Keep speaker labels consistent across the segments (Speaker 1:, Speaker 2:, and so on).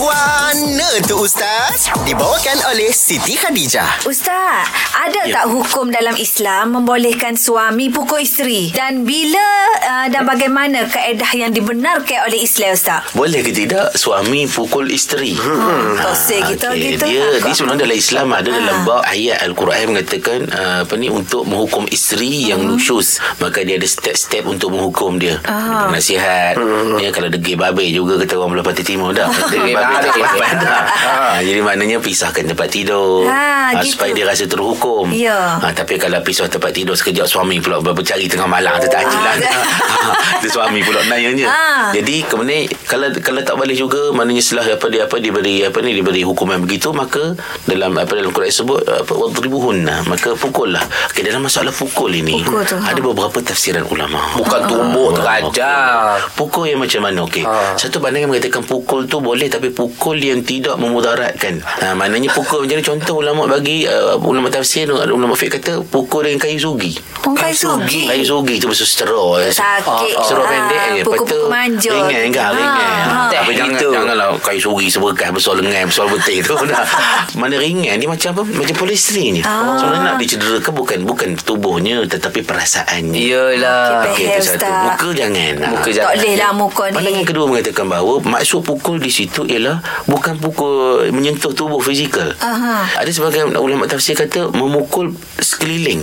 Speaker 1: Guana tu Ustaz Dibawakan oleh Siti Khadijah
Speaker 2: Ustaz, ada
Speaker 1: Ya.
Speaker 2: yeah. tak hukum dalam Islam membolehkan suami pukul isteri? Dan bila uh, dan bagaimana kaedah yang dibenarkan oleh Islam, Ustaz?
Speaker 3: Boleh ke tidak suami pukul isteri? Hmm.
Speaker 2: Tosik gitu, gitu.
Speaker 3: Dia,
Speaker 2: Aku-
Speaker 3: dia sebenarnya dalam Islam ada
Speaker 2: Ha.
Speaker 3: dalam bab ayat Al-Quran mengatakan uh, apa ni untuk menghukum isteri yang nusyus. Maka dia ada step-step untuk menghukum dia. Hmm. Ah. Nasihat. Hmm. Ya, kalau degil babe juga kata orang belah pantai timur dah. Degil babe tak sempat dah. Ha, Jadi maknanya pisahkan tempat tidur.
Speaker 2: Ha,
Speaker 3: Ah,
Speaker 2: gitu.
Speaker 3: Supaya dia rasa terhukum.
Speaker 2: Ya.
Speaker 3: Ah, tapi kalau pisah tempat tidur sekejap suami pula bercari tengah malam. Tu tak ajalah. Dia suami pula nayanya.
Speaker 2: Ah.
Speaker 3: Jadi kemudian kalau kalau tak boleh juga maknanya setelah apa dia apa diberi apa ni diberi hukuman begitu maka dalam apa dalam Quran sebut apa wadribuhunna maka pukullah. Okey dalam masalah pukul ini
Speaker 2: Pukul tu, ha.
Speaker 3: ada
Speaker 2: Ah.
Speaker 3: beberapa tafsiran ulama.
Speaker 4: Bukan tumbuk, terajang.
Speaker 3: Pukul yang macam mana okey.
Speaker 4: Ha.
Speaker 3: Satu pandangan mengatakan pukul tu boleh tapi pukul yang tidak memudaratkan. Ha, maknanya pukul macam mana contoh ulama bagi uh, ulama tafsir ulama fiqh kata pukul dengan kayu sugi. Ah,
Speaker 2: Pungkai sugi.
Speaker 3: Kayu sugi tu bersesterah.
Speaker 2: Sakit.
Speaker 3: Seruh
Speaker 2: Ah,
Speaker 3: pendek je
Speaker 2: pukul-pukul manja.
Speaker 3: Ringan kan
Speaker 2: Ah,
Speaker 3: Ringan
Speaker 2: ah.
Speaker 3: Tak apa
Speaker 4: Gitu.
Speaker 3: jangan Janganlah kayu suri Sebekas besar lengan Besar betik tu dah. Mana ringan Dia macam apa Macam polistrin je
Speaker 2: Ah.
Speaker 3: Sebenarnya nak dicederakan Bukan bukan tubuhnya Tetapi perasaannya
Speaker 4: Iyalah.
Speaker 2: Ah, Okey,
Speaker 3: Okey, itu satu.
Speaker 2: Ustaz.
Speaker 3: Muka jangan.
Speaker 4: Muka
Speaker 3: Ah.
Speaker 4: jangan.
Speaker 2: Tak boleh lah muka ni.
Speaker 3: Pandangan kedua mengatakan bahawa maksud pukul di situ ialah bukan pukul menyentuh tubuh fizikal.
Speaker 2: Aha.
Speaker 3: Ada sebagian ulama tafsir kata memukul sekeliling.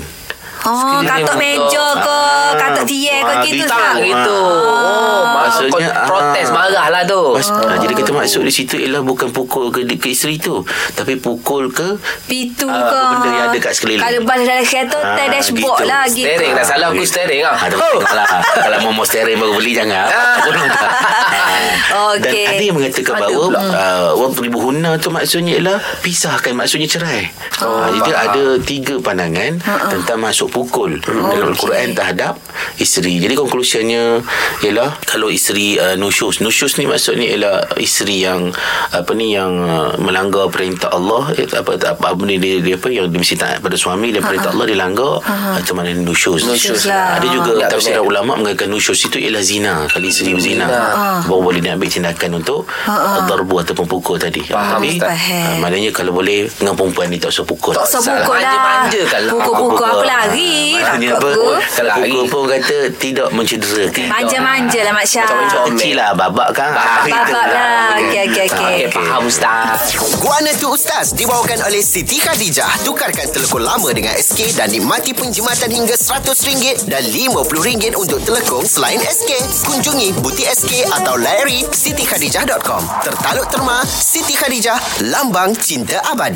Speaker 2: Oh,
Speaker 4: Sekiranya
Speaker 2: katuk
Speaker 4: muka.
Speaker 2: meja ke,
Speaker 3: Ah,
Speaker 2: katuk tiar ke
Speaker 3: ah,
Speaker 2: gitu,
Speaker 3: di
Speaker 2: Ustaz?
Speaker 4: Tak gitu.
Speaker 2: Ah.
Speaker 4: Oh, maksudnya
Speaker 3: ah,
Speaker 4: protes marah lah
Speaker 2: Oh.
Speaker 4: tu.
Speaker 3: Mas, ah, Jadi kita maksud di situ ialah bukan pukul ke, ke isteri tu. Tapi pukul ke
Speaker 2: Pitu
Speaker 3: ah,
Speaker 2: ke.
Speaker 3: benda yang ada kat sekeliling.
Speaker 2: Kalau bas dalam kereta,
Speaker 3: Ah,
Speaker 2: ah, dashboard
Speaker 3: gitu.
Speaker 2: lah gitu.
Speaker 4: Steering tak salah aku
Speaker 3: Gitu.
Speaker 4: steering lah.
Speaker 3: Ah, tapi tengok lah. Kalau mau mau steering baru beli jangan. Bunuh tak. Ah. Dan
Speaker 2: Okey.
Speaker 3: ada yang mengatakan
Speaker 2: Ada
Speaker 3: bahawa
Speaker 2: pula.
Speaker 3: ah, wadribu hunna tu maksudnya ialah pisahkan maksudnya cerai. Ah, Jadi
Speaker 4: faham.
Speaker 3: ada tiga pandangan tentang masuk pukul dalam Al-Quran terhadap isteri. Jadi konklusiannya ialah kalau isteri ah, nusyus. Nusyus ni maksudnya ialah isteri yang apa ni yang ah, melanggar perintah Allah eh, apa apa, apa ni dia, dia apa yang dia mesti taat pada suami dan perintah Allah dilanggar macam mana nusyus.
Speaker 2: Nusyus lah.
Speaker 3: Ada juga
Speaker 4: Tak
Speaker 3: tafsiran
Speaker 4: boleh.
Speaker 3: ulama mengatakan nusyus itu ialah zina. Kalau isteri berzina
Speaker 2: Ah.
Speaker 3: baru boleh diambil tindakan untuk
Speaker 2: Ha,
Speaker 3: darbu ataupun pukul tadi.
Speaker 4: Faham,
Speaker 3: Tapi
Speaker 2: Ustaz.
Speaker 3: ah, maknangnya kalau boleh dengan perempuan ni tak usah pukul.
Speaker 2: Tak usah
Speaker 4: Salah.
Speaker 2: pukul lah.
Speaker 4: Manja-manjakan lah.
Speaker 2: Pukul-pukul
Speaker 3: Pukul.
Speaker 2: apa lari.
Speaker 3: Ah, Maknanya
Speaker 2: Takut
Speaker 3: apa?
Speaker 2: aku.
Speaker 3: Kalau
Speaker 4: Lari.
Speaker 3: pukul pun kata tidak mencederakan.
Speaker 2: Manja-manja lah, Mak Syah.
Speaker 3: Macam kecil lah babak kan. Ah, gitu. Ah,
Speaker 2: Babak lah. Okey, okey, okey.
Speaker 4: Ah, Okey, faham Ustaz.
Speaker 1: Guana tu Ustaz Dibawakan oleh Siti Khadijah Tukarkan telekong lama dengan SK Dan nikmati penjimatan hingga RM100 Dan RM50 untuk telekong selain SK Kunjungi butik SK atau layari sitikhadijah.com Tertaluk terma Siti Khadijah Lambang Cinta Abadi